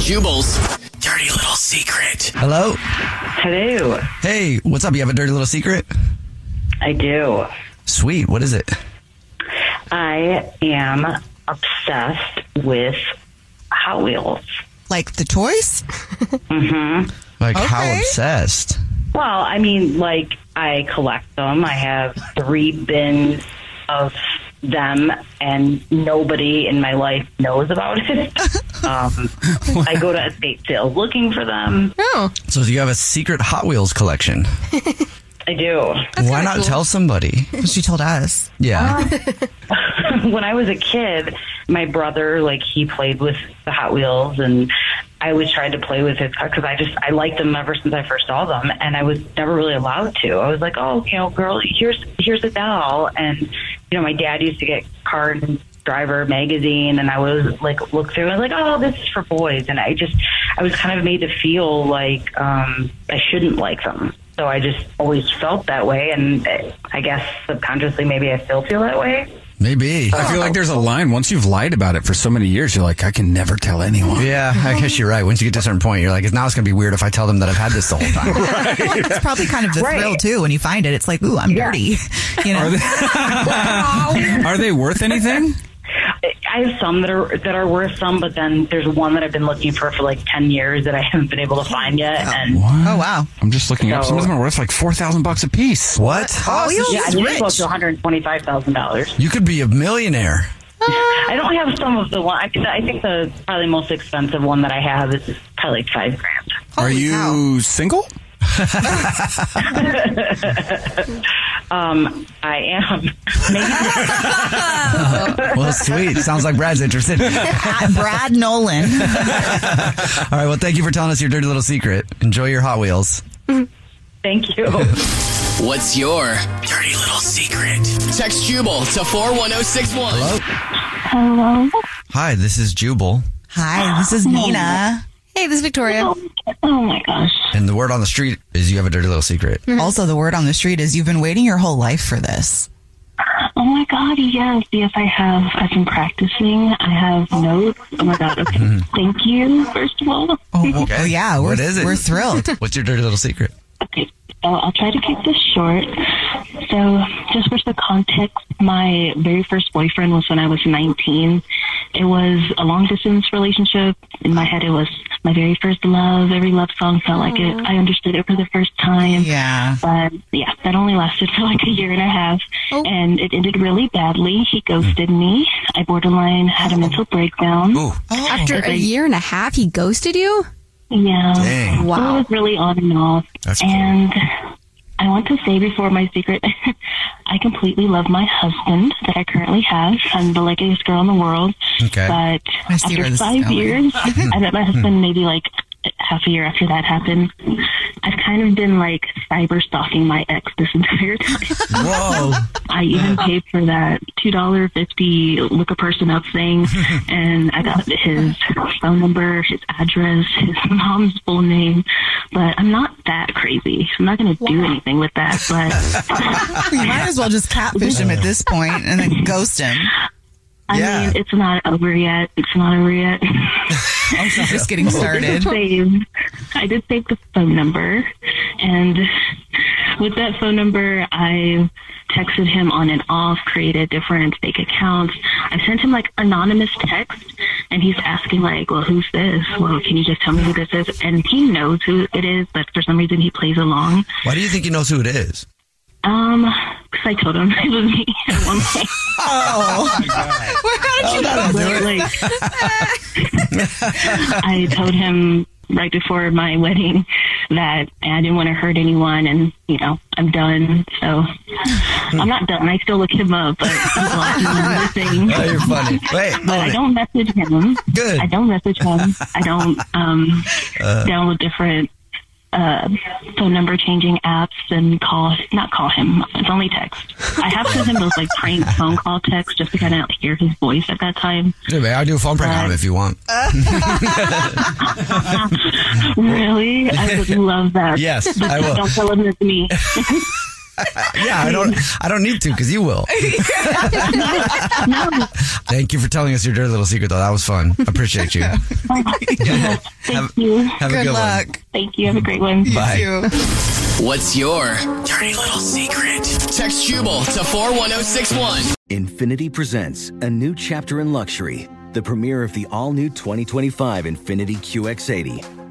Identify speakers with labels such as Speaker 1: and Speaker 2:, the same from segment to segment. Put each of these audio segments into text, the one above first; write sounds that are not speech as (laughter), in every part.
Speaker 1: Jubal's dirty little secret.
Speaker 2: Hello.
Speaker 3: Hello.
Speaker 2: Hey, what's up? You have a dirty little secret?
Speaker 3: I do.
Speaker 2: Sweet. What is it?
Speaker 3: I am obsessed with Hot Wheels.
Speaker 4: Like the toys?
Speaker 2: Like how
Speaker 4: Okay.
Speaker 2: obsessed?
Speaker 3: Well, I mean, like, I collect them. I have three bins of them, and nobody in my life knows about it. um, I go to estate sales looking for them.
Speaker 4: Oh,
Speaker 2: So you have a secret Hot Wheels collection.
Speaker 3: I do.
Speaker 2: Why not tell somebody?
Speaker 4: (laughs) she told us. Uh-huh.
Speaker 2: Yeah.
Speaker 3: (laughs) when I was a kid, my brother like he played with the Hot Wheels, and I always tried to play with his car because I just I liked them ever since I first saw them, and I was never really allowed to. I was like, oh, you know, girl, here's here's a doll, and you know, my dad used to get Car and Driver magazine, and I was like look through, and I was like, oh, this is for boys, and I just I was kind of made to feel like um, I shouldn't like them. So I just always felt that way, and I guess subconsciously, maybe I still feel that way.
Speaker 2: Maybe.
Speaker 5: I feel like there's a line. Once you've lied about it for so many years, you're like, I can never tell anyone.
Speaker 2: Yeah,
Speaker 4: Uh-huh.
Speaker 2: I guess you're right. Once you get to a certain point, you're like, now it's going to be weird if I tell them that I've had this the whole time.
Speaker 4: It's probably kind of the thrill too when you find it. It's like, ooh, I'm dirty. (laughs) You know,
Speaker 5: (laughs) Are they worth anything?
Speaker 3: I have some that are that are worth some, but then there's one that I've been looking for for like ten years that I haven't been able to find yet. And
Speaker 4: oh wow,
Speaker 5: I'm just looking up. Some of them are worth like four thousand bucks a piece.
Speaker 2: What?
Speaker 4: Oh,
Speaker 3: yeah, I think it's close to one hundred twenty-five thousand dollars.
Speaker 2: You could be a millionaire.
Speaker 3: I don't have some of the one. I, think- I think the probably most expensive one that I have is probably like five grand.
Speaker 5: are you single?
Speaker 3: Um, I am. Maybe
Speaker 2: Well, sweet. Sounds like Brad's interested. All
Speaker 4: Ah, Brad Nolan.
Speaker 2: right. Well, thank you for telling us your dirty little secret. Enjoy your Hot Wheels.
Speaker 3: (laughs) thank you.
Speaker 1: What's your dirty little secret? Text Jubal to 41061.
Speaker 6: Hello.
Speaker 2: Hi, this is Jubal.
Speaker 4: Hi, this is Nina. Hey, this is Victoria.
Speaker 6: Oh my gosh.
Speaker 2: And the word on the street is you have a dirty little secret.
Speaker 4: Also, the word on the street is you've been waiting your whole life for this.
Speaker 6: Oh my god, yes, yes I have. I've been practicing. I have notes. Oh my god, okay. Thank you, first of all.
Speaker 4: Oh, well, oh, yeah, we're,
Speaker 2: What is it?
Speaker 4: we're (laughs) thrilled.
Speaker 2: What's your dirty little secret?
Speaker 6: Okay, so I'll try to keep this short. So, just for the context, my very first boyfriend was when I was 19. It was a long distance relationship. In my head, it was my very first love. Every love song felt like it. I understood it for the first time.
Speaker 4: yeah.
Speaker 6: Um, But yeah, that only lasted (laughs) for like a year and a half.
Speaker 7: Oh.
Speaker 6: And it ended really badly. He ghosted me. I borderline had a mental breakdown.
Speaker 5: Ooh,
Speaker 2: Oh.
Speaker 7: After a year and a half, he ghosted you?
Speaker 6: Yeah.
Speaker 2: Dang.
Speaker 6: It was really on and off.
Speaker 2: That's cool.
Speaker 6: and I want to say before my secret, (laughs) I completely love my husband that I currently have. I'm the luckiest girl in the world.
Speaker 2: Okay.
Speaker 6: But
Speaker 4: I see where
Speaker 6: after
Speaker 4: this is
Speaker 2: (laughs)
Speaker 6: five
Speaker 4: going.
Speaker 6: years, I met my husband maybe like half a year after that happened, I've kind of been like cyber stalking my ex this entire (laughs) time.
Speaker 8: Whoa.
Speaker 6: I even paid for that two dollar fifty look a person up thing, and I got his phone number, his address, his (laughs) mom's full name. But I'm not that crazy. I'm not going to do anything with that. But
Speaker 4: you might as well just catfish him at this point and then ghost him.
Speaker 6: I
Speaker 4: Yeah.
Speaker 6: mean, it's not over yet. It's not over yet.
Speaker 4: (laughs)
Speaker 6: (laughs)
Speaker 4: I'm just getting
Speaker 6: I
Speaker 4: started.
Speaker 6: did save, I did save the phone number, and with that phone number, I texted him on and off, created different fake accounts. I sent him like anonymous text, and he's asking like, "Well, who's this? Well, can you just tell me who this is?" And he knows who it is, but for some reason, he plays along.
Speaker 8: Why do you think he knows who it is?
Speaker 6: Um, 'cause I told him (laughs) it was me at one point.
Speaker 8: (laughs) Oh.
Speaker 6: Where
Speaker 8: you Oh, that'll go? do it. (laughs)
Speaker 6: I told him right before my wedding that I didn't want to hurt anyone, and you know I'm done. So I'm not done. I still look him up, but I'm blocking him and everything.
Speaker 8: Oh, you're funny. Wait,
Speaker 6: but
Speaker 8: own
Speaker 6: I
Speaker 8: it.
Speaker 6: don't message him.
Speaker 8: Good.
Speaker 6: I don't message him. I don't um,
Speaker 8: (laughs) Uh.
Speaker 6: download different uh, phone number changing apps and call not call him. It's only text. I have sent him those like
Speaker 8: (laughs)
Speaker 6: prank phone call texts just to kind of hear his voice at that time.
Speaker 8: Dude, man, I'll do a phone prank on him if you want.
Speaker 6: Really, I
Speaker 8: (laughs)
Speaker 6: would love that.
Speaker 8: Yes,
Speaker 6: But
Speaker 8: I will.
Speaker 6: Don't tell him
Speaker 8: (laughs)
Speaker 6: it's me.
Speaker 2: (laughs) Yeah, I don't. I don't need to because you will. Thank you for telling us your dirty little secret, though. That was fun. Appreciate you. (laughs)
Speaker 6: Thank you.
Speaker 2: have a Good good one. luck.
Speaker 6: Thank you. Have a great one.
Speaker 2: Bye.
Speaker 9: What's your dirty little secret? Text Jubal to 41061.
Speaker 10: Infinity presents a new chapter in luxury, the premiere of the all new 2025 Infinity QX80,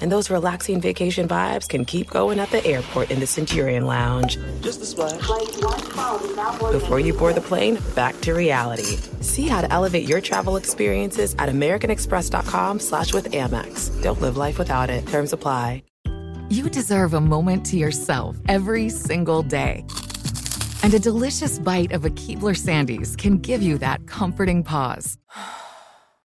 Speaker 11: And those relaxing vacation vibes can keep going at the airport in the Centurion Lounge. Just a splash. Before you board the plane, back to reality. See how to elevate your travel experiences at americanexpress.com slash with Amex. Don't live life without it. Terms apply.
Speaker 12: You deserve a moment to yourself every single day. And a delicious bite of a Keebler Sandies can give you that comforting pause. (sighs)